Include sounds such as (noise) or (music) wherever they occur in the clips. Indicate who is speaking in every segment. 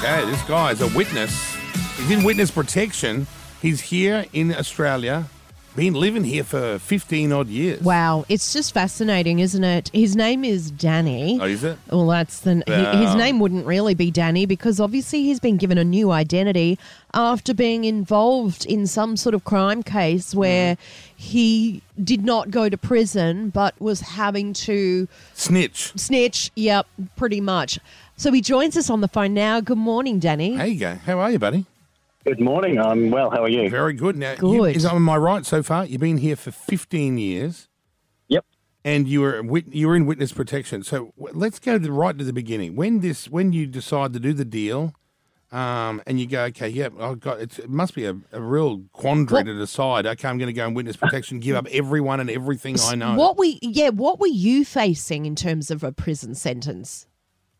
Speaker 1: Okay, this guy is a witness. He's in witness protection. He's here in Australia, been living here for 15 odd years.
Speaker 2: Wow, it's just fascinating, isn't it? His name is Danny.
Speaker 1: Oh, is it?
Speaker 2: Well, that's the he- his
Speaker 1: Um,
Speaker 2: name wouldn't really be Danny because obviously he's been given a new identity after being involved in some sort of crime case where
Speaker 1: Mm.
Speaker 2: he did not go to prison but was having to
Speaker 1: Snitch.
Speaker 2: snitch. Yep, pretty much. So he joins us on the phone now. Good morning, Danny.
Speaker 1: Hey, you go. How are you, buddy?
Speaker 3: Good morning. I'm well. How are you?
Speaker 1: Very good. Now, you-
Speaker 2: Good.
Speaker 1: is on my right so far? You've been here for 15 years.
Speaker 3: Yep.
Speaker 1: and you were wit- you were in witness protection. So w- let's go to, right to the beginning. When this when you decide to do the deal, um, and you go, okay, yeah, I've got it's, it. Must be a, a real quandary
Speaker 2: What-
Speaker 1: to decide. Okay, I'm going to go in witness protection, give up everyone and everything I know.
Speaker 2: What we yeah, what were you facing in terms of a prison sentence?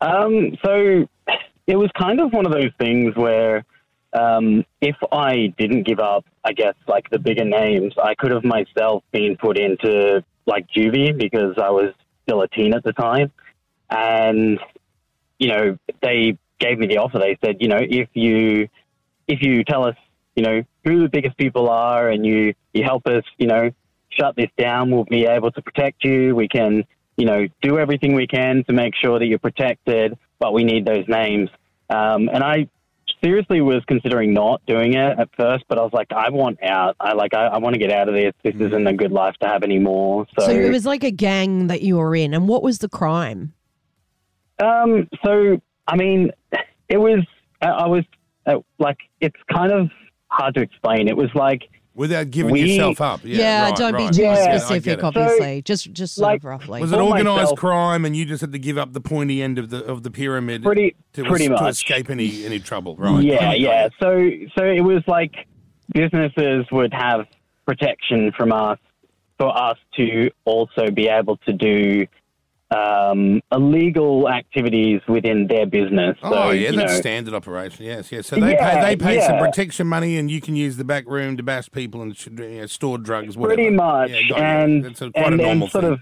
Speaker 3: Um, so it was kind of one of those things where um, if I didn't give up, I guess, like the bigger names, I could have myself been put into like juvie because I was still a teen at the time. And, you know, they gave me the offer. They said, you know, if you if you tell us, you know, who the biggest people are and you, you help us, you know, shut this down, we'll be able to protect you. We can, you know, do everything we can to make sure that you're protected, but we need those names. Um, and I seriously was considering not doing it at first, but I was like, I want out. I like, I, I want to get out of this. This isn't a good life to have anymore. So,
Speaker 2: Mm-hmm. So it was like a gang that you were in, and what was the crime?
Speaker 3: Um, so I mean, it was I, I was uh, like it's kind of hard to explain. It was like
Speaker 1: Without giving
Speaker 3: We-
Speaker 1: yourself up. Yeah, right,
Speaker 2: don't
Speaker 1: right.
Speaker 2: be too
Speaker 1: I get it, I get
Speaker 2: specific,
Speaker 1: it.
Speaker 2: obviously. just just sort
Speaker 3: like,
Speaker 2: of roughly.
Speaker 1: Was it
Speaker 3: For
Speaker 1: organised
Speaker 3: myself-
Speaker 1: crime, and you just had to give up the pointy end of the of the pyramid
Speaker 3: Pretty-
Speaker 1: to,
Speaker 3: pretty
Speaker 1: to
Speaker 3: much.
Speaker 1: escape any any trouble? Right?
Speaker 3: yeah,
Speaker 1: Got it, got
Speaker 3: yeah.
Speaker 1: it.
Speaker 3: So so it was like businesses would have protection from us for us to also be able to do um, illegal activities within their business. So,
Speaker 1: Oh yeah,
Speaker 3: you
Speaker 1: that's
Speaker 3: know,
Speaker 1: standard operation. Yes, yes. So they
Speaker 3: Yeah,
Speaker 1: pay they pay some
Speaker 3: yeah.
Speaker 1: protection money, and you can use the back room to bash people and you know, store drugs. Whatever.
Speaker 3: pretty much
Speaker 1: Yeah, got it.
Speaker 3: and
Speaker 1: That's a- quite
Speaker 3: and,
Speaker 1: a
Speaker 3: and
Speaker 1: normal
Speaker 3: sort
Speaker 1: thing.
Speaker 3: of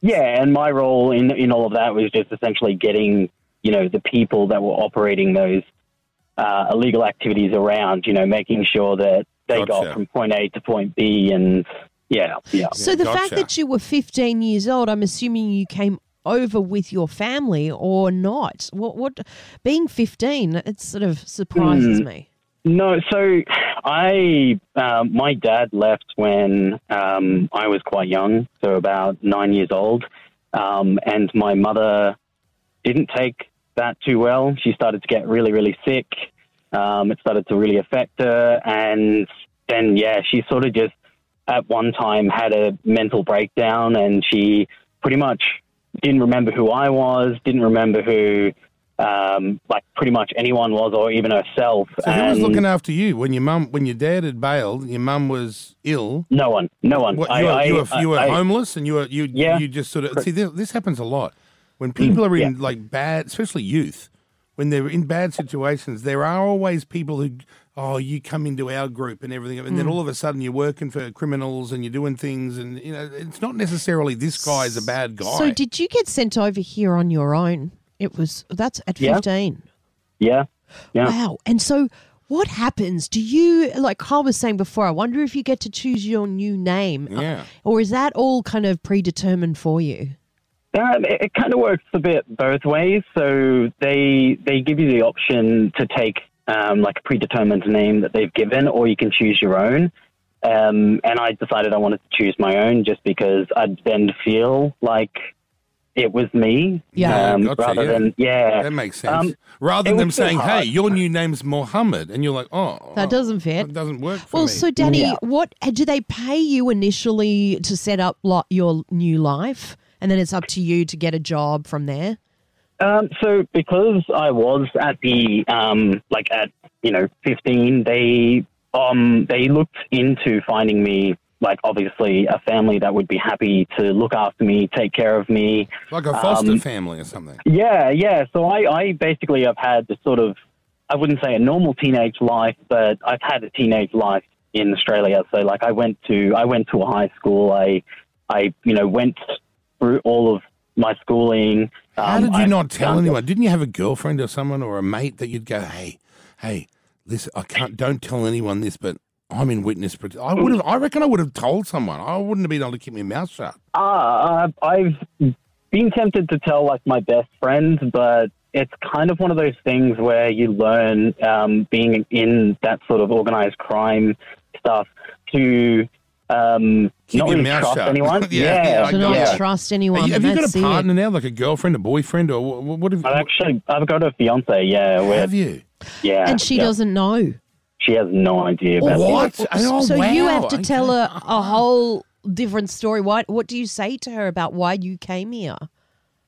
Speaker 3: yeah and my role in in all of that was just essentially getting you know the people that were operating those uh, illegal activities around you know making sure that they
Speaker 1: Gotcha.
Speaker 3: got from point a to point b and yeah yeah
Speaker 2: so
Speaker 1: Yeah,
Speaker 2: the
Speaker 1: gotcha.
Speaker 2: fact that you were 15 years old, I'm assuming you came over with your family or not. What what being 15, it sort of
Speaker 3: Hmm.
Speaker 2: surprises me.
Speaker 3: No, so I um, my dad left when um, I was quite young, so about nine years old, um, and my mother didn't take that too well. She started to get really, really sick. Um, it started to really affect her, and then yeah, she sort of just at one time had a mental breakdown, and she pretty much didn't remember who I was, didn't remember who. Um, like pretty much anyone was, or even herself.
Speaker 1: So who was
Speaker 3: and-
Speaker 1: looking after you when your mum when your dad had bailed? Your mum was ill.
Speaker 3: No one. No (laughs) one.
Speaker 1: What,
Speaker 3: I-
Speaker 1: you were,
Speaker 3: I-
Speaker 1: you were, you were
Speaker 3: I-
Speaker 1: homeless, and you were you
Speaker 3: Yeah. Mm,
Speaker 1: you just sort of see this, this happens a lot when people are in like bad, especially youth. When they're in bad situations, there are always people who, oh, you come into our group and everything, and then
Speaker 3: Mm.
Speaker 1: all of a sudden you're working for criminals and you're doing things, and you know it's not necessarily this guy is a bad guy.
Speaker 2: So did you get sent over here on your own? It was that's at
Speaker 3: Yeah.
Speaker 2: 15.
Speaker 3: Yeah. Yeah.
Speaker 2: Wow. And so what happens? Do you, like Carl was saying before, I wonder if you get to choose your new name? uh,
Speaker 1: Yeah.
Speaker 2: Or is that all kind of predetermined for you?
Speaker 3: Uh, it, it kind of works a bit both ways. So they they give you the option to take um, like a predetermined name that they've given, or you can choose your own. Um, and I decided I wanted to choose my own just because I'd then feel like it was me.
Speaker 2: Yeah.
Speaker 3: Um,
Speaker 1: Gotcha,
Speaker 3: rather
Speaker 1: yeah.
Speaker 3: than yeah.
Speaker 1: that makes sense.
Speaker 3: Um,
Speaker 1: Rather than
Speaker 3: it was
Speaker 1: them
Speaker 3: so
Speaker 1: saying,
Speaker 3: hard.
Speaker 1: "Hey, your new name's Mohammed," and you're like, "Oh,
Speaker 2: That
Speaker 1: oh,
Speaker 2: doesn't fit.
Speaker 1: That doesn't work for
Speaker 2: Well,
Speaker 1: me."
Speaker 2: so Danny,
Speaker 3: Yeah.
Speaker 2: what do they pay you initially to set up lo- your new life? And then it's up to you to get a job from there?
Speaker 3: Um, so because I was at the um, like at you know fifteen, they um they looked into finding me like obviously a family that would be happy to look after me, take care of me.
Speaker 1: like a foster
Speaker 3: um,
Speaker 1: family or something.
Speaker 3: Yeah, yeah. So I, I basically have had this sort of I wouldn't say a normal teenage life, but I've had a teenage life in Australia. So like I went to I went to a high school. I I you know went through all of my schooling. Um,
Speaker 1: How did you
Speaker 3: I've
Speaker 1: not tell
Speaker 3: done-
Speaker 1: anyone? Didn't you have a girlfriend or someone or a mate that you'd go, hey, hey, listen, I can't, don't tell anyone this, but I'm in witness. prote- I would have, I reckon I would have told someone. I wouldn't have been able to keep my mouth shut.
Speaker 3: Ah, uh, I've been tempted to tell like my best friends, but it's kind of one of those things where you learn um, being in that sort of organized crime stuff to um,
Speaker 1: Keep
Speaker 3: not
Speaker 1: your
Speaker 3: really
Speaker 1: mouth
Speaker 3: trust
Speaker 1: shut.
Speaker 3: anyone.
Speaker 1: (laughs) Yeah, yeah,
Speaker 2: To
Speaker 1: I
Speaker 2: not
Speaker 1: got it.
Speaker 2: trust
Speaker 1: Have
Speaker 2: anyone.
Speaker 1: you, have you got
Speaker 2: that's
Speaker 1: a
Speaker 2: it.
Speaker 1: partner now, like a girlfriend or boyfriend or what, what have,
Speaker 3: I've actually I've got a fiance. Yeah,
Speaker 1: what (laughs)
Speaker 3: where,
Speaker 1: have you?
Speaker 3: yeah,
Speaker 2: And she
Speaker 3: yeah.
Speaker 2: doesn't know.
Speaker 3: She has no idea. About
Speaker 1: What? Oh,
Speaker 2: so you
Speaker 1: wow.
Speaker 2: have to
Speaker 1: Okay.
Speaker 2: tell her a whole different story. Why, what do you say to her about why you came here?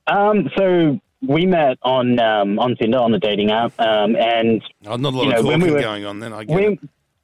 Speaker 3: Um, so we met on um, on Tinder on the dating app, um, and
Speaker 1: Oh, not a lot
Speaker 3: You
Speaker 1: of
Speaker 3: know, when
Speaker 1: talking
Speaker 3: we were-
Speaker 1: going on then. I get
Speaker 3: when,
Speaker 1: it.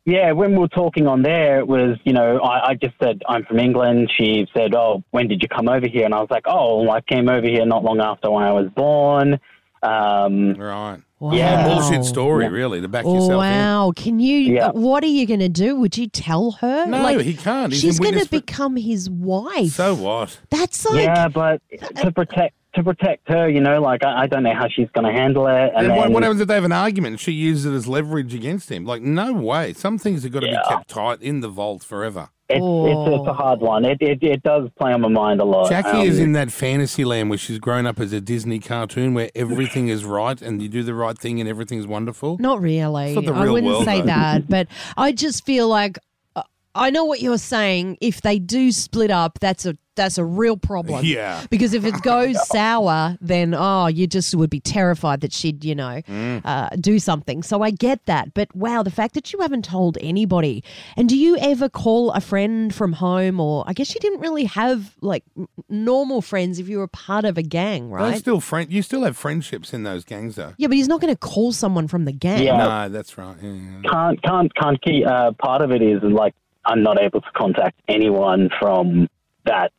Speaker 3: yeah, when we were talking on there, it was, you know, I, I just said, I'm from England. She said, Oh, when did you come over here? And I was like, Oh, I came over here not long after when I was born. Um,
Speaker 1: Right.
Speaker 2: Wow. Oh,
Speaker 1: Yeah,
Speaker 3: Yeah.
Speaker 1: bullshit story, really, to back yourself in.
Speaker 2: Wow! Can you?
Speaker 3: Yeah.
Speaker 2: What are you going to do? Would you tell her?
Speaker 1: No,
Speaker 2: like,
Speaker 1: he can't. He's
Speaker 2: she's
Speaker 1: in
Speaker 2: going to
Speaker 1: witness pro-
Speaker 2: become his wife.
Speaker 1: So what?
Speaker 2: that's like
Speaker 3: yeah, but to protect. To protect her, you know, like I, I don't know how she's going to handle it. And
Speaker 1: And what,
Speaker 3: then,
Speaker 1: what happens if they have an argument and she uses it as leverage against him? Like, no way. Some things have got to be
Speaker 3: Yeah.
Speaker 1: kept tight in the vault forever.
Speaker 3: it's, it's, it's a hard one. It, it, it does play on my mind a lot.
Speaker 1: Oh. Jackie
Speaker 3: Um,
Speaker 1: is in that fantasy land where she's grown up as a Disney cartoon where everything is right and you do the right thing and everything's wonderful.
Speaker 2: Not really.
Speaker 1: It's not the
Speaker 2: I
Speaker 1: real
Speaker 2: wouldn't
Speaker 1: world,
Speaker 2: say
Speaker 1: though. (laughs)
Speaker 2: that, but I just feel like uh, I know what you're saying. If they do split up, that's a that's a real problem.
Speaker 1: Yeah.
Speaker 2: Because if
Speaker 1: (laughs)
Speaker 2: it goes sour, then oh, you just would be terrified that she'd you know
Speaker 1: Mm.
Speaker 2: uh, do something. So I get that, but wow, the fact that you haven't told anybody. And do you ever call a friend from home, or I guess you didn't really have like n- normal friends if you were part of a gang,
Speaker 1: Those
Speaker 2: right?
Speaker 1: still friend, you still have friendships in those gangs, though.
Speaker 2: yeah, but he's not going to call someone from the gang.
Speaker 3: Yeah.
Speaker 1: No, that's right. Yeah, yeah.
Speaker 3: can't can't can't keep. Uh, part of it is like I'm not able to contact anyone from that,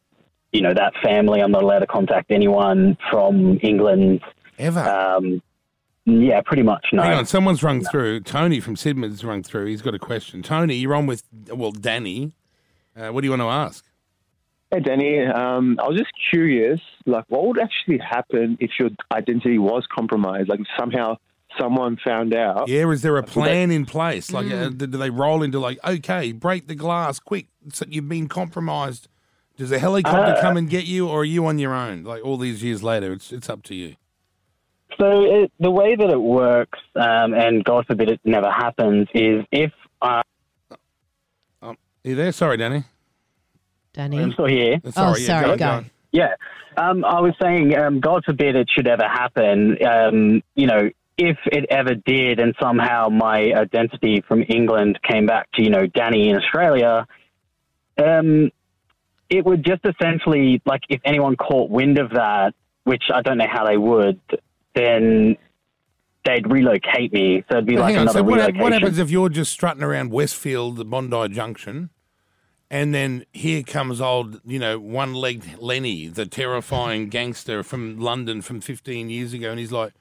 Speaker 3: you know, that family. I'm not allowed to contact anyone from England.
Speaker 1: Ever.
Speaker 3: Um, yeah, pretty much no.
Speaker 1: Hang on, someone's rung through. Tony from Sidman's rung through. He's got a question. Tony, you're on with, well, Danny. Uh, what do you want to ask?
Speaker 4: Hey, Danny. Um, I was just curious, like, what would actually happen if your identity was compromised? Like, somehow someone found out.
Speaker 1: Yeah, is there a plan in place? Like, uh,
Speaker 2: Mm.
Speaker 1: do do they roll into like, okay, break the glass, quick, so you've been compromised? Does a helicopter
Speaker 2: Uh,
Speaker 1: come and get you, or are you on your own? Like all these years later, it's it's up to you.
Speaker 3: So it, the way that it works, um, and God forbid it never happens, is if uh, I,
Speaker 1: Are you there? Sorry, Danny.
Speaker 2: Danny.
Speaker 3: I'm still here.
Speaker 1: Uh,
Speaker 2: Oh,
Speaker 1: yeah,
Speaker 2: sorry,
Speaker 1: on,
Speaker 2: go.
Speaker 1: on.
Speaker 3: Yeah. Um, I was saying, um, God forbid it should ever happen. Um, you know, if it ever did and somehow my identity from England came back to, you know, Danny in Australia, um, it would just essentially, like, if anyone caught wind of that, which I don't know how they would, then they'd relocate me. So it'd be
Speaker 1: But
Speaker 3: like
Speaker 1: hang on.
Speaker 3: another
Speaker 1: So what, hap-
Speaker 3: relocation.
Speaker 1: what happens if you're just strutting around Westfield, Bondi Junction, and then here comes old, you know, one-legged Lenny, the terrifying gangster from London from 15 years ago, and he's like,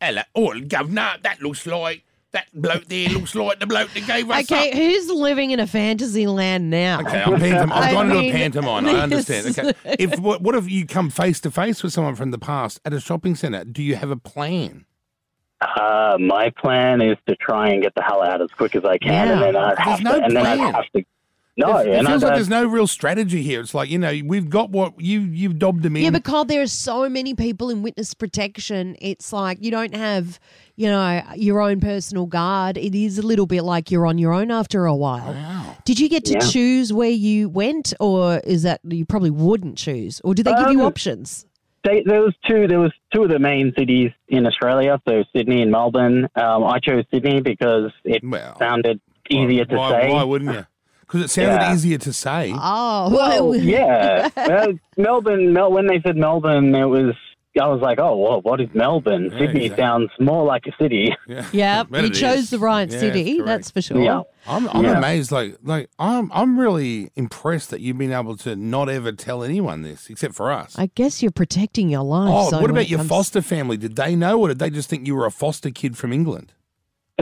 Speaker 1: "Hello, oh, governor, that looks like." That bloke there looks like the bloke that gave us
Speaker 2: Okay,
Speaker 1: up."
Speaker 2: who's living in a fantasy land now?
Speaker 1: Okay, I'm pantom- I've
Speaker 2: I
Speaker 1: gone into a
Speaker 2: mean,
Speaker 1: pantomime. I understand.
Speaker 2: this-
Speaker 1: Okay, if what, what if you come face to face with someone from the past at a shopping centre? Do you have a plan?
Speaker 3: Uh, my plan is to try and get the hell out as quick as I can,
Speaker 2: Yeah.
Speaker 3: and then I
Speaker 1: There's
Speaker 3: have
Speaker 1: no
Speaker 3: to, and then I
Speaker 1: plan.
Speaker 3: have to. Oh, No,
Speaker 1: it, it
Speaker 3: and
Speaker 1: feels
Speaker 3: I,
Speaker 1: like
Speaker 3: I-
Speaker 1: there's no real strategy here. It's like you know we've got what you you've dobbed them in.
Speaker 2: Yeah, but Carl, there are so many people in witness protection. It's like you don't have, you know, your own personal guard. It is a little bit like you're on your own after a while.
Speaker 1: Wow.
Speaker 2: Did you get to
Speaker 3: Yeah.
Speaker 2: choose where you went, or is that you probably wouldn't choose, or do they give you
Speaker 3: Um,
Speaker 2: options?
Speaker 3: They, there was two. There was two of the main cities in Australia, so Sydney and Melbourne. Um, I chose Sydney because it
Speaker 1: Well,
Speaker 3: sounded easier to
Speaker 1: why,
Speaker 3: say.
Speaker 1: Why (laughs) wouldn't you? Because it sounded
Speaker 3: Yeah.
Speaker 1: easier to say. (laughs)
Speaker 2: Oh,
Speaker 3: Oh, yeah, well, Melbourne. Mel, when they said Melbourne, it was. I was like, oh, well, what is Melbourne?
Speaker 1: Yeah,
Speaker 3: Sydney
Speaker 1: exactly.
Speaker 3: sounds more like a city.
Speaker 2: yeah,
Speaker 1: (laughs) But
Speaker 2: you
Speaker 1: it
Speaker 2: chose
Speaker 1: is.
Speaker 2: the right
Speaker 1: Yeah,
Speaker 2: city.
Speaker 1: correct.
Speaker 2: That's for sure.
Speaker 3: Yeah.
Speaker 1: I'm, I'm
Speaker 3: Yeah.
Speaker 1: amazed. Like, like I'm, I'm really impressed that you've been able to not ever tell anyone this, except for us.
Speaker 2: I guess you're protecting your life.
Speaker 1: oh,
Speaker 2: so
Speaker 1: what
Speaker 2: when
Speaker 1: about
Speaker 2: it
Speaker 1: your
Speaker 2: comes-
Speaker 1: foster family? Did they know, or did they just think you were a foster kid from England?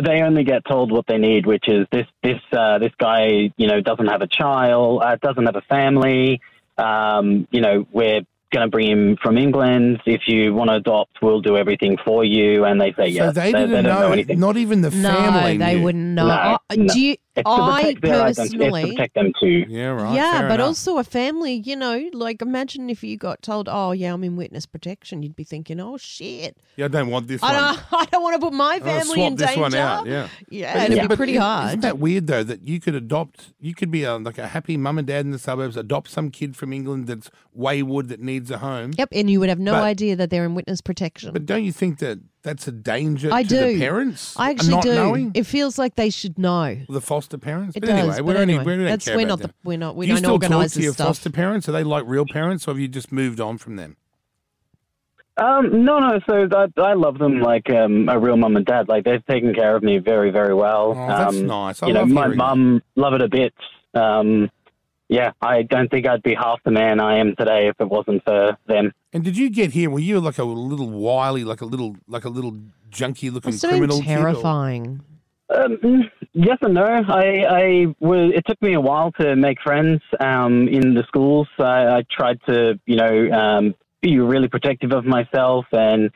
Speaker 3: they only get told what they need, which is this this uh, this guy, you know, doesn't have a child, uh, doesn't have a family. Um, you know, we're going to bring him from England. If you want to adopt, we'll do everything for you. And Uh, they say
Speaker 1: So
Speaker 3: yes.
Speaker 1: they didn't
Speaker 3: don't
Speaker 1: know,
Speaker 3: anything.
Speaker 1: not even the family.
Speaker 2: no, they
Speaker 1: knew.
Speaker 2: wouldn't know.
Speaker 3: No,
Speaker 2: I,
Speaker 3: no.
Speaker 2: Do you,
Speaker 3: It's to
Speaker 2: I
Speaker 3: protect their identity. It's to
Speaker 2: personally,
Speaker 3: protect them too.
Speaker 1: Yeah, right.
Speaker 2: yeah,
Speaker 1: fair
Speaker 2: but
Speaker 1: enough.
Speaker 2: also a family. You know, like imagine if you got told, "Oh, yeah, I'm in witness protection," you'd be thinking, "Oh shit,
Speaker 1: Yeah, I don't want this
Speaker 2: I
Speaker 1: one.
Speaker 2: don't, (laughs) I don't want to put my
Speaker 1: I wanna
Speaker 2: family
Speaker 1: swap
Speaker 2: in
Speaker 1: this
Speaker 2: danger."
Speaker 1: one out. Yeah.
Speaker 2: Yeah,
Speaker 1: But
Speaker 2: it'd
Speaker 1: isn't-
Speaker 2: be
Speaker 1: but
Speaker 2: pretty
Speaker 1: isn't-
Speaker 2: hard.
Speaker 1: Isn't that weird though that you could adopt? You could be a, like a happy mum and dad in the suburbs, adopt some kid from England that's wayward that needs a home.
Speaker 2: Yep, and you would have no
Speaker 1: But-
Speaker 2: idea that they're in witness protection.
Speaker 1: But don't you think that that's a danger
Speaker 2: I
Speaker 1: to
Speaker 2: do.
Speaker 1: the parents?
Speaker 2: I actually
Speaker 1: not
Speaker 2: do.
Speaker 1: knowing
Speaker 2: It feels like they should know.
Speaker 1: the foster parents.
Speaker 2: It
Speaker 1: but
Speaker 2: does.
Speaker 1: anyway,
Speaker 2: but
Speaker 1: we're
Speaker 2: anyway,
Speaker 1: only we don't
Speaker 2: that's
Speaker 1: care
Speaker 2: we're
Speaker 1: about
Speaker 2: not
Speaker 1: them.
Speaker 2: the, we're not we
Speaker 1: Do you
Speaker 2: don't
Speaker 1: still talk
Speaker 2: organise
Speaker 1: to your
Speaker 2: this stuff.
Speaker 1: foster parents? Are they like real parents, or have you just moved on from them?
Speaker 3: Um, no, no. So I, I love them like um, a real mum and dad. Like they've taken care of me very, very well.
Speaker 1: Oh, that's
Speaker 3: um,
Speaker 1: nice. I
Speaker 3: You know,
Speaker 1: love
Speaker 3: my
Speaker 1: hearing that.
Speaker 3: mum love it a bit. Um, yeah, I don't think I'd be half the man I am today if it wasn't for them.
Speaker 1: And did you get here? Were you like a little wily, like a little, like a little junky looking
Speaker 2: It's so
Speaker 1: criminal? kid, or-
Speaker 2: terrifying.
Speaker 3: Um, yes and no. I, I was, it took me a while to make friends um, in the schools. I, I tried to, you know, um, be really protective of myself. And,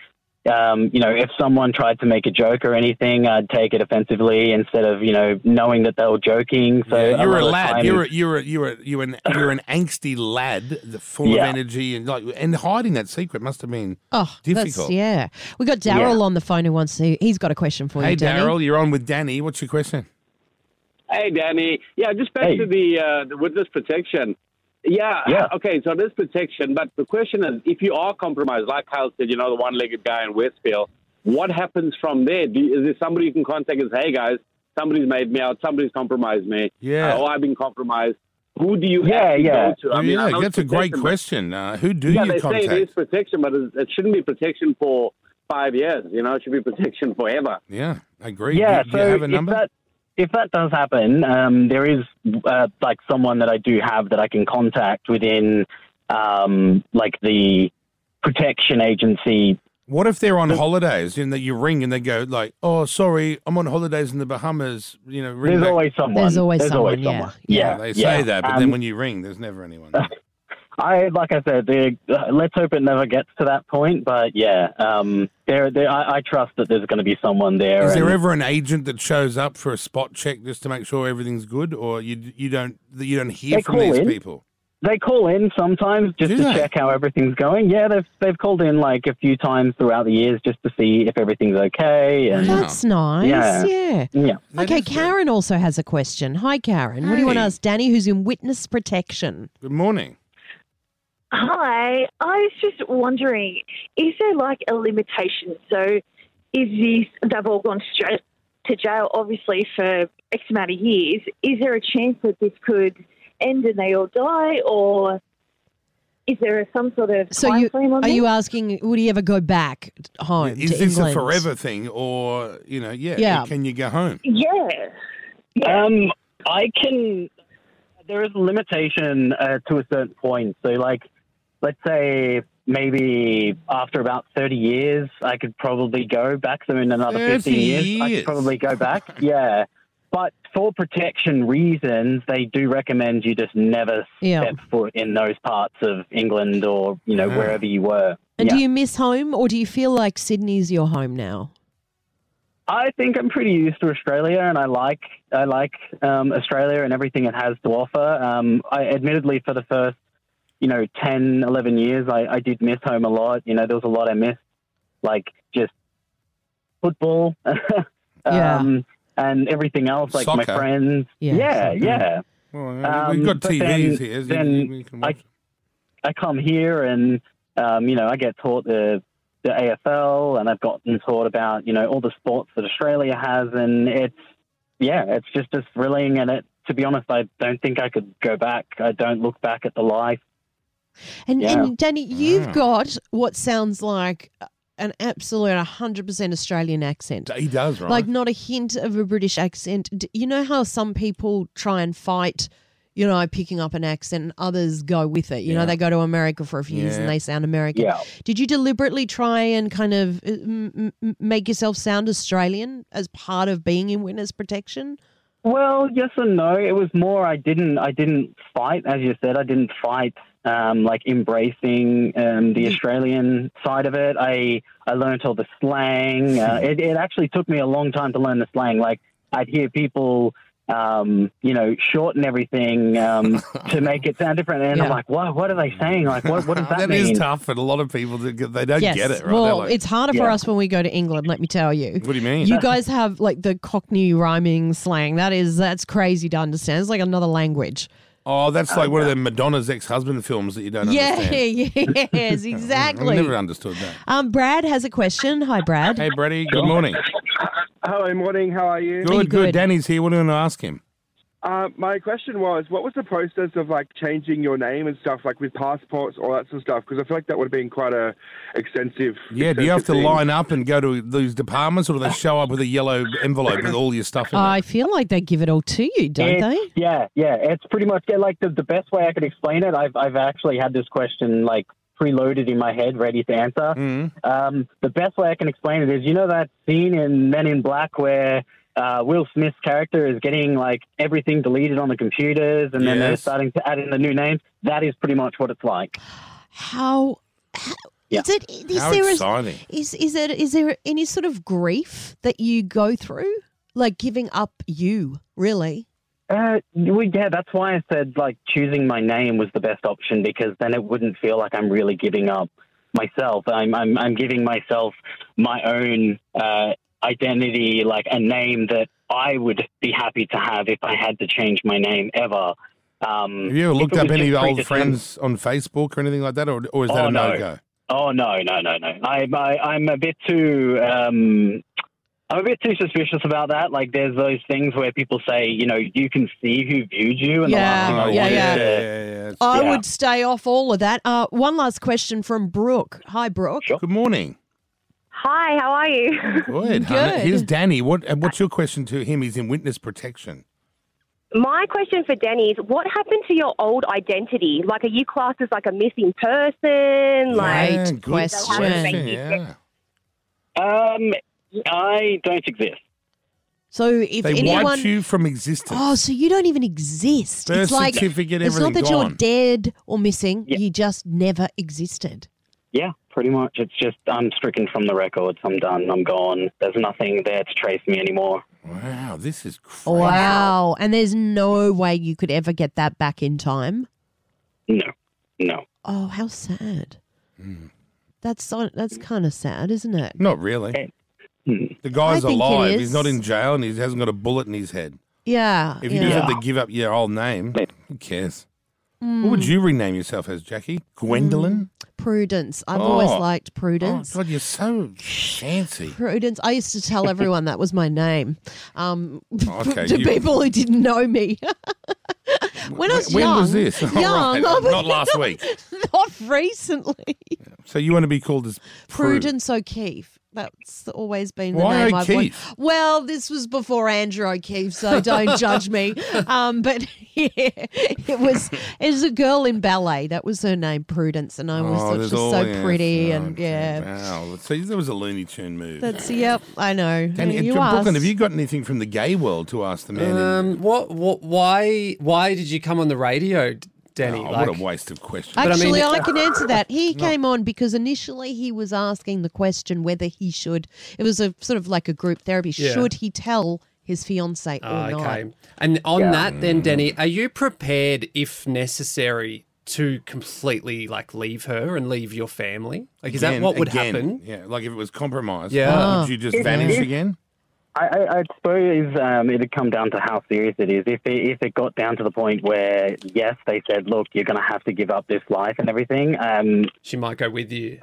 Speaker 3: um, you know, if someone tried to make a joke or anything, I'd take it offensively instead of, you know, knowing that they were joking. So
Speaker 1: Yeah, you're
Speaker 3: lot
Speaker 1: a
Speaker 3: of
Speaker 1: lad.
Speaker 3: time-
Speaker 1: You're a, you're a, you're a, you're an you're
Speaker 3: (clears throat)
Speaker 1: an angsty lad, the full
Speaker 3: Yeah.
Speaker 1: of energy and like and hiding that secret must have been.
Speaker 2: Oh,
Speaker 1: Difficult.
Speaker 2: that's yeah. We got Daryl on the phone who wants to. He's got a question for
Speaker 1: hey,
Speaker 2: you, Danny.
Speaker 1: Daryl, you're on with Danny. What's your question?
Speaker 5: Hey, Danny. Yeah, just back
Speaker 3: Hey.
Speaker 5: to the uh, the witness protection. Yeah, uh,
Speaker 3: Yeah.
Speaker 5: Okay, so there's protection, but the question is, if you are compromised, like Kyle said, you know, the one-legged guy in Westfield, what happens from there? Do, is there somebody you can contact and say, hey, guys, somebody's made me out, somebody's compromised me,
Speaker 1: Yeah.
Speaker 5: uh, or I've been compromised. Who do you
Speaker 3: Yeah,
Speaker 5: actually
Speaker 3: yeah.
Speaker 5: go to? I mean, I
Speaker 1: yeah,
Speaker 5: know
Speaker 1: that's a
Speaker 5: it's
Speaker 1: great
Speaker 5: protection,
Speaker 1: question.
Speaker 5: but-
Speaker 1: Uh, who do
Speaker 5: Yeah,
Speaker 1: you
Speaker 5: they say it is
Speaker 1: contact?
Speaker 5: protection, but it, it shouldn't be protection for five years. You know, it should be protection forever.
Speaker 1: Yeah, I agree.
Speaker 3: Yeah,
Speaker 1: do,
Speaker 3: so
Speaker 1: do you have a
Speaker 3: if
Speaker 1: number?
Speaker 3: that if that does happen, um, there is uh, like someone that I do have that I can contact within um, like the protection agency.
Speaker 1: What if they're on holidays and that you ring and they go like, "Oh, sorry, I'm on holidays in the Bahamas." You know, ring
Speaker 3: There's
Speaker 1: back.
Speaker 3: always someone.
Speaker 2: There's always someone, yeah.
Speaker 3: Yeah,
Speaker 1: they
Speaker 3: yeah.
Speaker 1: say that, but then
Speaker 3: Um,
Speaker 1: when you ring, there's never
Speaker 3: (laughs)
Speaker 1: anyone.
Speaker 3: I like I said, the, uh, let's hope it never gets to that point. But yeah, um, there, there, I, I trust that there's going to be someone there.
Speaker 1: Is there
Speaker 3: and-
Speaker 1: ever an agent that shows up for a spot check just to make sure everything's good, or you you don't you don't hear
Speaker 3: They
Speaker 1: from
Speaker 3: call
Speaker 1: these
Speaker 3: in.
Speaker 1: people?
Speaker 3: They call in sometimes just
Speaker 1: Do
Speaker 3: to
Speaker 1: they?
Speaker 3: check how everything's going. Yeah, they've they've called in like a few times throughout the years just to see if everything's okay. And
Speaker 2: That's nice.
Speaker 3: Yeah.
Speaker 2: yeah.
Speaker 3: yeah,
Speaker 1: That
Speaker 2: okay,
Speaker 1: is good.
Speaker 2: Karen also has a question. Hi, Karen. What do you want to
Speaker 1: Hey.
Speaker 2: ask Danny, who's in witness protection?
Speaker 1: Good morning.
Speaker 6: Hi, I was just wondering, is there like a limitation? So, is this they've all gone straight to jail, obviously for X amount of years? Is there a chance that this could end and they all die, or is there some sort of
Speaker 2: So
Speaker 6: time
Speaker 2: you
Speaker 6: frame on
Speaker 2: are
Speaker 6: this?
Speaker 2: you asking? Would he ever go back home?
Speaker 1: Is
Speaker 2: Oh, to
Speaker 1: this
Speaker 2: England?
Speaker 1: a forever thing, or you know, yeah,
Speaker 2: Yeah.
Speaker 1: can you go home?
Speaker 6: yeah, yeah.
Speaker 3: Um, I can. There is a limitation uh, to a certain point. So, like, let's say maybe after about thirty years, I could probably go back. So, in another
Speaker 1: 30
Speaker 3: fifteen years, I
Speaker 1: years.
Speaker 3: could probably go back. yeah, but for protection reasons, they do recommend you just never
Speaker 2: Yeah.
Speaker 3: step foot in those parts of England or you know
Speaker 1: Yeah.
Speaker 3: wherever you were.
Speaker 2: And
Speaker 3: Yeah.
Speaker 2: do you miss home, or do you feel like Sydney's your home now?
Speaker 3: I think I'm pretty used to Australia, and I like I like um, Australia and everything it has to offer. Um, I admittedly, for the first you know 10, 11 years, I, I did miss home a lot. You know, there was a lot I missed, like just football, (laughs) um, and everything else, like my
Speaker 1: Soccer.
Speaker 3: friends.
Speaker 2: Yeah,
Speaker 3: yeah,
Speaker 2: soccer.
Speaker 3: yeah.
Speaker 1: Well,
Speaker 3: Um,
Speaker 1: we've got
Speaker 3: but
Speaker 1: TVs
Speaker 3: then-
Speaker 1: here.
Speaker 3: then
Speaker 1: we can
Speaker 3: I-
Speaker 1: watch.
Speaker 3: I come here and um, you know I get taught the the AFL and I've gotten taught about you know all the sports that Australia has and it's yeah it's just as thrilling and it to be honest I don't think I could go back I don't look back at the life
Speaker 2: And,
Speaker 3: Yeah.
Speaker 2: and Danny, you've
Speaker 1: Wow.
Speaker 2: got what sounds like an absolute 100% Australian accent.
Speaker 1: he does right.
Speaker 2: Like, not a hint of a British accent. D- You know how some people try and fight, you know, picking up an accent and others go with it? You
Speaker 1: Yeah.
Speaker 2: know, they go to America for a few years
Speaker 1: Yeah.
Speaker 2: and they sound American.
Speaker 3: yeah
Speaker 2: Did you deliberately try and kind of uh, m- m- make yourself sound Australian as part of being in witness protection?
Speaker 3: well yes and no it was more I didn't I didn't fight as you said I didn't fight um, like embracing um, the Australian side of it. I I learned all the slang. Uh, it, it actually took me a long time to learn the slang. Like I'd hear people, um, you know, shorten everything um, to make it sound different, and I'm
Speaker 2: Yeah.
Speaker 3: like, what What are they saying? Like, what, what does
Speaker 1: (laughs)
Speaker 3: that,
Speaker 1: That
Speaker 3: mean?
Speaker 1: is tough for a lot of people. To, they don't
Speaker 2: yes.
Speaker 1: get it. Right? They're
Speaker 2: Well,
Speaker 1: like,
Speaker 2: it's harder for
Speaker 3: Yeah.
Speaker 2: us when we go to England. Let me tell you.
Speaker 1: what do you mean?
Speaker 2: You guys have like the Cockney rhyming slang. That is that's crazy to understand. It's like another language.
Speaker 1: oh, that's like
Speaker 3: Uh,
Speaker 1: one of the Madonna's ex-husband films that you don't
Speaker 2: Yeah, (laughs)
Speaker 1: understand. (laughs)
Speaker 2: yes,
Speaker 1: I
Speaker 2: exactly.
Speaker 1: never understood that.
Speaker 2: Um, Brad has a question. Hi, Brad.
Speaker 1: Hey, Brady. Good morning.
Speaker 7: Hello, morning. How are you?
Speaker 1: Good, good,
Speaker 2: good?
Speaker 1: Danny's here. What do you want to ask him?
Speaker 7: Uh, my question was, what was the process of like changing your name and stuff, like with passports, all that sort of stuff? Because I feel like that would have been quite a extensive.
Speaker 1: Yeah, do you have to
Speaker 7: extensive thing.
Speaker 1: line up and go to those departments, or do they show up with a yellow envelope with all your stuff in it?
Speaker 2: I feel like they give it all to you, don't
Speaker 3: It's-
Speaker 2: they?
Speaker 3: Yeah, yeah. It's pretty much yeah, like the, the best way I could explain it. I've I've actually had this question like preloaded in my head, ready to answer.
Speaker 1: Mm.
Speaker 3: Um, the best way I can explain it is, you know, that scene in Men in Black where uh, Will Smith's character is getting like everything deleted on the computers, and then they're
Speaker 1: Yes.
Speaker 3: starting to add in the new names. That is pretty much what it's like.
Speaker 2: How? how
Speaker 3: Yeah.
Speaker 2: Is it? Is
Speaker 1: How
Speaker 2: there a-
Speaker 1: exciting!
Speaker 2: is is it? Is there any sort of grief that you go through, like giving up you? Really?
Speaker 3: Uh, well, yeah, that's why I said like choosing my name was the best option because then it wouldn't feel like I'm really giving up myself. I'm I'm, I'm giving myself my own uh, identity, like a name that I would be happy to have if I had to change my name ever. Um,
Speaker 1: Have you ever
Speaker 3: if
Speaker 1: looked
Speaker 3: it
Speaker 1: up
Speaker 3: was
Speaker 1: any
Speaker 3: just
Speaker 1: old
Speaker 3: predetermined-
Speaker 1: friends on Facebook or anything like that, or, or is that
Speaker 3: Oh,
Speaker 1: a
Speaker 3: no.
Speaker 1: no go?
Speaker 3: Oh no, no, no, no. I, I I'm a bit too um, I'm a bit too suspicious about that. Like there's those things where people say, you know, you can see who viewed you, and the last thing
Speaker 2: Yeah,
Speaker 3: I
Speaker 2: Um, yeah,
Speaker 3: want
Speaker 2: yeah. Oh.
Speaker 3: is to-
Speaker 1: yeah, yeah.
Speaker 2: I
Speaker 3: Yeah.
Speaker 2: would stay off all of that. Uh, one last question from Brooke. Hi, Brooke.
Speaker 3: Sure.
Speaker 1: Good morning.
Speaker 6: Hi, how are you? (laughs)
Speaker 1: Good. Hannah.
Speaker 2: Good.
Speaker 1: Here's Danny. What uh, What's your question to him? He's in witness protection.
Speaker 8: My question for Danny is what happened to your old identity? Like, are you classed as like a missing person? Like,
Speaker 2: Great
Speaker 1: Yeah, good
Speaker 2: question.
Speaker 1: Yeah.
Speaker 3: Um, I don't exist.
Speaker 2: So if
Speaker 1: They
Speaker 2: anyone,
Speaker 1: wipe you from existence.
Speaker 2: oh, so you don't even exist.
Speaker 1: Birth
Speaker 2: it's like
Speaker 1: certificate,
Speaker 2: it's not
Speaker 1: everything
Speaker 2: that
Speaker 1: gone.
Speaker 2: you're dead or missing.
Speaker 3: Yeah.
Speaker 2: You just never existed.
Speaker 3: Yeah, pretty much. It's just I'm stricken from the records. I'm done. I'm gone. There's nothing there to trace me anymore.
Speaker 1: Wow, this is crazy.
Speaker 2: Wow. And there's no way you could ever get that back in time.
Speaker 3: No, no.
Speaker 2: Oh, how sad.
Speaker 1: Hmm.
Speaker 2: That's so, that's kind of sad, isn't it?
Speaker 1: Not really.
Speaker 3: Hmm.
Speaker 1: The guy's
Speaker 2: I think it
Speaker 1: alive. He's
Speaker 2: is.
Speaker 1: not in jail and he hasn't got a bullet in his head.
Speaker 2: Yeah.
Speaker 1: If you
Speaker 2: yeah. Hmm.
Speaker 1: just have to give up your old name, who cares? What would you rename yourself as, Jackie? Gwendolyn?
Speaker 2: Prudence. I've always
Speaker 1: Oh.
Speaker 2: liked
Speaker 1: Oh,
Speaker 2: Prudence.
Speaker 1: God, you're so fancy.
Speaker 2: Prudence. I used to tell everyone that was my name um, (laughs)
Speaker 1: Okay,
Speaker 2: to
Speaker 1: you-
Speaker 2: people who didn't know me. (laughs) when I was
Speaker 1: When
Speaker 2: young,
Speaker 1: was this? (laughs)
Speaker 2: Young, Oh,
Speaker 1: All right,
Speaker 2: I was-
Speaker 1: Not last week.
Speaker 2: (laughs) not recently.
Speaker 1: So you want to be called as Prude.
Speaker 2: Prudence O'Keefe. That's always been the
Speaker 1: Why
Speaker 2: name I've wanted.
Speaker 1: O'Keefe?
Speaker 2: Well, this was before Andrew O'Keefe,
Speaker 1: (laughs)
Speaker 2: so don't judge me. Um, but (laughs) yeah, it was it was a girl in ballet. That was her name, Prudence, and I always
Speaker 1: Oh,
Speaker 2: thought
Speaker 1: there's
Speaker 2: she was
Speaker 1: all-
Speaker 2: so
Speaker 1: yeah,
Speaker 2: pretty
Speaker 1: right,
Speaker 2: and
Speaker 1: okay,
Speaker 2: yeah.
Speaker 1: Wow. So there was a Looney Tune move.
Speaker 2: That's yep, I know.
Speaker 1: Danny,
Speaker 2: Hey,
Speaker 1: and
Speaker 2: you
Speaker 1: Brooklyn,
Speaker 2: asked.
Speaker 1: have you got anything from the gay world to ask the man? in-
Speaker 9: Um, what, what, why, why did you come on the radio, D- Danny?
Speaker 1: oh,
Speaker 9: Like,
Speaker 1: what a waste of question.
Speaker 9: I
Speaker 1: (laughs)
Speaker 9: mean-
Speaker 2: Actually, I, can answer that. He came on because initially he was asking the question whether he should. It was a sort of like a group therapy.
Speaker 9: Yeah.
Speaker 2: Should he tell his fiance or
Speaker 9: Ah,
Speaker 2: not?
Speaker 9: okay. And on that, then, Danny,
Speaker 1: Mm.
Speaker 9: are you prepared, if necessary, to completely like leave her and leave your family? Like, is
Speaker 1: Again-
Speaker 9: that what would
Speaker 1: again,
Speaker 9: happen?
Speaker 1: Yeah, like if it was compromised.
Speaker 9: Yeah.
Speaker 2: Ah.
Speaker 1: Would you just vanish again?
Speaker 3: I, I, I suppose um, it'd come down to how serious it is. If it, if it got down to the point where, yes, they said, look, you're going to have to give up this life and everything, um,
Speaker 9: She might go with you.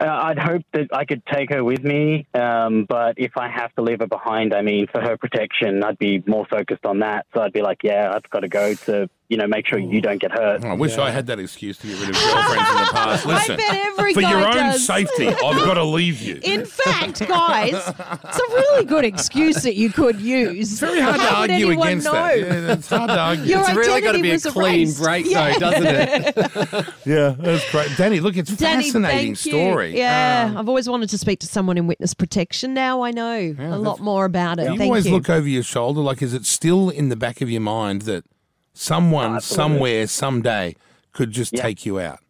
Speaker 3: Uh, I'd hope that I could take her with me, um, but if I have to leave her behind, I mean, for her protection, I'd be more focused on that. So I'd be like, yeah, I've got to go to, you know, make sure
Speaker 1: Mm.
Speaker 3: you don't get hurt.
Speaker 1: Oh, I wish I had that excuse to get rid of girlfriends in
Speaker 2: (laughs)
Speaker 1: the past. Listen,
Speaker 2: bet every
Speaker 1: for
Speaker 2: guy
Speaker 1: your own
Speaker 2: does.
Speaker 1: safety, I've got to leave
Speaker 2: (laughs)
Speaker 1: you.
Speaker 2: In fact, guys, it's a really good excuse that you could use. It's
Speaker 1: Very hard to argue against
Speaker 2: know?
Speaker 1: that. Yeah, it's hard to argue.
Speaker 2: Your
Speaker 9: It's really got to
Speaker 2: identity
Speaker 9: be a
Speaker 2: was
Speaker 9: clean
Speaker 2: erased.
Speaker 9: break,
Speaker 2: Yeah.
Speaker 9: though,
Speaker 1: (laughs)
Speaker 2: (laughs)
Speaker 9: doesn't it?
Speaker 1: yeah, that's great. Danny, look, it's
Speaker 2: Danny,
Speaker 1: fascinating
Speaker 2: thank you.
Speaker 1: story.
Speaker 2: Yeah,
Speaker 1: Um,
Speaker 2: I've always wanted to speak to someone in witness protection. Now I know a lot more about it.
Speaker 1: Uh, you
Speaker 2: Thank
Speaker 1: always
Speaker 2: you.
Speaker 1: look over your shoulder? Like, is it still in the back of your mind that someone, somewhere, someday could just
Speaker 3: Yeah.
Speaker 1: take you out.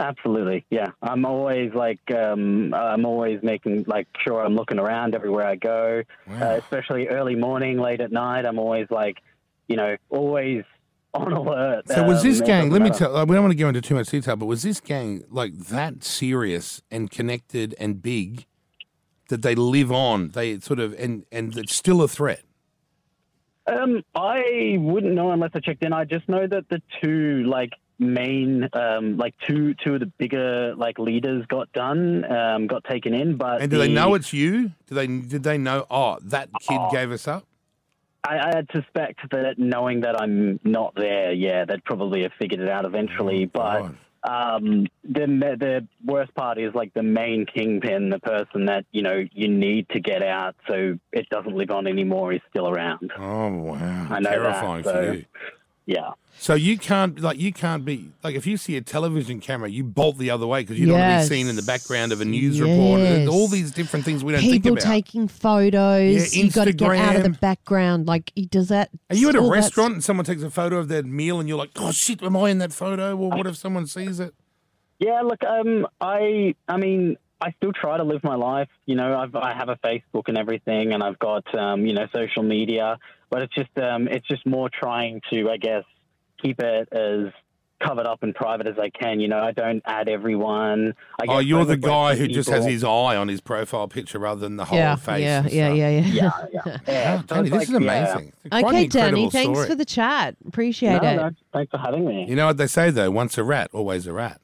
Speaker 3: Absolutely, yeah. I'm always like, um, I'm always making like sure I'm looking around everywhere I go, uh, especially early morning, late at night. I'm always like, you know, always on alert.
Speaker 1: So was
Speaker 3: um,
Speaker 1: this
Speaker 3: it
Speaker 1: gang?
Speaker 3: doesn't
Speaker 1: Let me
Speaker 3: matter.
Speaker 1: tell. uh, We don't want to go into too much detail, but was this gang like that serious and connected and big that they live on? They sort of and and it's still a threat.
Speaker 3: Um, I wouldn't know unless I checked in. I just know that the two like main, um, like two two of the bigger like leaders got done, um, got taken in. But
Speaker 1: And do they
Speaker 3: the-
Speaker 1: know it's you? Do they did they know? Oh, that kid
Speaker 3: Oh.
Speaker 1: gave us up.
Speaker 3: I, I suspect that knowing that I'm not there, yeah, they'd probably have figured it out eventually. but
Speaker 1: Oh, God.
Speaker 3: um, the ma- the worst part is like the main kingpin, the person that you know you need to get out, so it doesn't live on anymore, is still around.
Speaker 1: Oh wow!
Speaker 3: I know that,
Speaker 1: Terrifying
Speaker 3: so-
Speaker 1: for you.
Speaker 3: Yeah,
Speaker 1: So you can't like you can't be like if you see a television camera, you bolt the other way because you don't want to
Speaker 2: Yes.
Speaker 1: be seen in the background of a news report. And
Speaker 2: Yes.
Speaker 1: all these different things we don't
Speaker 2: People
Speaker 1: think about.
Speaker 2: taking photos.
Speaker 1: Yeah,
Speaker 2: you got to get out of the
Speaker 1: Instagram.
Speaker 2: background. Like, he does that?
Speaker 1: Are you at a
Speaker 2: all that-
Speaker 1: restaurant and someone takes a photo of their meal and you're like, oh shit, am I in that photo? Well, what if someone sees it?
Speaker 3: yeah. Look, um, I I mean, I still try to live my life. You know, I've, I have a Facebook and everything, and I've got um, you know social media, but it's just um, it's just more trying to, I guess, keep it as covered up and private as I can. You know, I don't add everyone. I
Speaker 1: oh,
Speaker 3: guess I
Speaker 1: you're the
Speaker 3: request
Speaker 1: guy who just has
Speaker 3: people-
Speaker 1: his eye on his profile picture rather than the whole
Speaker 2: Yeah,
Speaker 1: face.
Speaker 2: yeah,
Speaker 1: and
Speaker 2: yeah,
Speaker 1: stuff.
Speaker 2: yeah, yeah,
Speaker 3: Yeah, yeah. yeah
Speaker 1: Wow, Tony,
Speaker 3: so
Speaker 1: this
Speaker 3: it's
Speaker 1: is
Speaker 3: like, yeah.
Speaker 1: amazing. Quite an
Speaker 2: (laughs) Okay, Danny,
Speaker 1: incredible
Speaker 2: thanks
Speaker 1: story.
Speaker 2: for the chat. Appreciate
Speaker 3: No,
Speaker 2: it.
Speaker 3: no, thanks for having me.
Speaker 1: You know what they say though? Once a rat, always a rat.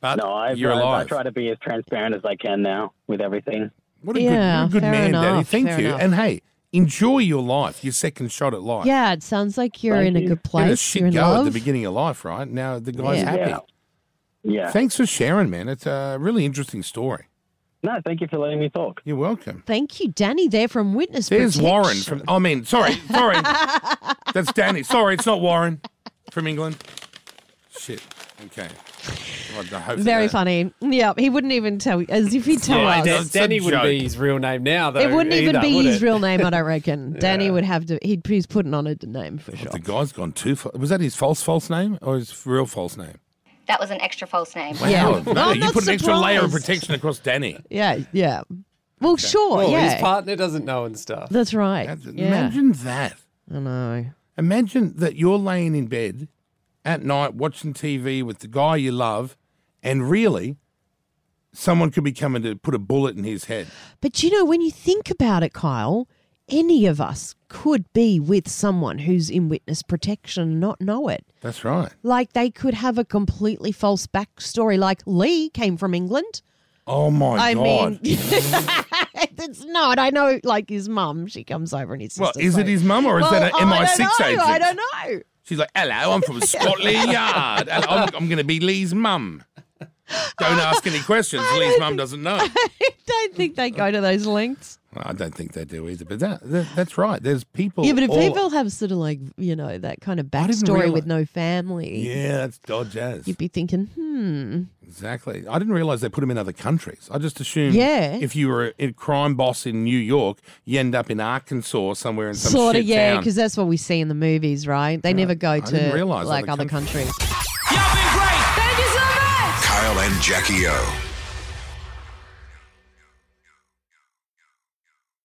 Speaker 1: But
Speaker 3: No, I,
Speaker 1: you're
Speaker 3: I,
Speaker 1: alive.
Speaker 3: I try to be as transparent as I can now with everything.
Speaker 1: What a good, what
Speaker 2: Yeah,
Speaker 1: a good
Speaker 2: fair
Speaker 1: man, Daddy.
Speaker 2: enough,
Speaker 1: Thank
Speaker 2: fair
Speaker 1: you.
Speaker 2: enough.
Speaker 1: And hey, enjoy your life. Your second shot at life.
Speaker 2: Yeah, it sounds like you're
Speaker 3: Thank
Speaker 2: in a
Speaker 3: you.
Speaker 2: good
Speaker 1: Give it a
Speaker 2: place.
Speaker 1: shit
Speaker 2: You're in
Speaker 1: go
Speaker 2: love.
Speaker 1: at the beginning of life, right? Now the guy's
Speaker 2: Yeah.
Speaker 1: happy.
Speaker 3: Yeah. Yeah.
Speaker 1: Thanks for sharing, man. It's a really interesting story.
Speaker 3: no, thank you for letting me talk.
Speaker 1: You're welcome.
Speaker 2: Thank you, Danny. There from Witness.
Speaker 1: There's Warren
Speaker 2: Protection.
Speaker 1: from. I mean, sorry, sorry.
Speaker 2: (laughs)
Speaker 1: That's Danny. Sorry, it's not Warren from England. Shit. Okay. God, I hope
Speaker 2: Very
Speaker 1: that-
Speaker 2: funny. Yeah, he wouldn't even tell as if he'd tell
Speaker 9: Yeah,
Speaker 2: us.
Speaker 9: Dan-
Speaker 1: it's a
Speaker 9: Danny wouldn't be
Speaker 1: joke.
Speaker 9: his real name now, though.
Speaker 2: it wouldn't even
Speaker 9: either,
Speaker 2: be
Speaker 9: would
Speaker 2: his
Speaker 9: it?
Speaker 2: real name, I don't reckon.
Speaker 9: (laughs)
Speaker 2: Danny would have to. He'd, he's putting on a d- name for sure.
Speaker 1: The guy's gone too far. Was that his false false name or his real false name?
Speaker 10: That was an extra false name.
Speaker 2: Yeah.
Speaker 1: Oh, no,
Speaker 2: I'm
Speaker 1: you
Speaker 2: not
Speaker 1: put an extra layer of
Speaker 2: surprised.
Speaker 1: protection across Danny.
Speaker 2: Yeah, yeah. Well, sure.
Speaker 9: Well,
Speaker 2: yeah,
Speaker 9: his partner doesn't know and stuff.
Speaker 2: that's right.
Speaker 1: That's-
Speaker 2: yeah,
Speaker 1: Imagine that.
Speaker 2: I know.
Speaker 1: Imagine that you're laying in bed at night watching TV with the guy you love, and really, someone could be coming to put a bullet in his head.
Speaker 2: But you know, when you think about it, Kyle, any of us could be with someone who's in witness protection and not know it.
Speaker 1: That's right.
Speaker 2: Like they could have a completely false backstory. Like Lee came from England.
Speaker 1: Oh my
Speaker 2: I
Speaker 1: god.
Speaker 2: mean, (laughs) it's not. I know, like his mum, she comes over and his
Speaker 1: well,
Speaker 2: sister's
Speaker 1: is it
Speaker 2: like-
Speaker 1: his mum or is
Speaker 2: Well,
Speaker 1: that an
Speaker 2: I
Speaker 1: MI6
Speaker 2: don't know,
Speaker 1: agent?
Speaker 2: I don't know. (laughs)
Speaker 1: She's like, hello, I'm from Scotland Yard. Hello, I'm, I'm going to be Lee's mum. Don't ask any questions. Lee's mum doesn't know.
Speaker 2: I don't think they go to those lengths.
Speaker 1: I don't think they do either. But that, that that's right. There's people.
Speaker 2: yeah, but if
Speaker 1: all-
Speaker 2: people have sort of like, you know, that kind of
Speaker 1: didn't
Speaker 2: backstory
Speaker 1: realise-
Speaker 2: with no family,
Speaker 1: Yeah, that's dodge as.
Speaker 2: you'd be thinking, hmm,
Speaker 1: Exactly. I didn't realize they put him in other countries. I just assumed
Speaker 2: Yeah.
Speaker 1: if you were a, a crime boss in New York, you end up in Arkansas or somewhere in some
Speaker 2: sort of,
Speaker 1: shit
Speaker 2: yeah,
Speaker 1: town.
Speaker 2: because that's what we see in the movies, right? They never go
Speaker 1: didn't
Speaker 2: to
Speaker 1: realise
Speaker 2: like
Speaker 1: other
Speaker 2: other
Speaker 1: countries.
Speaker 2: countries.
Speaker 11: Kyle and Jackie O.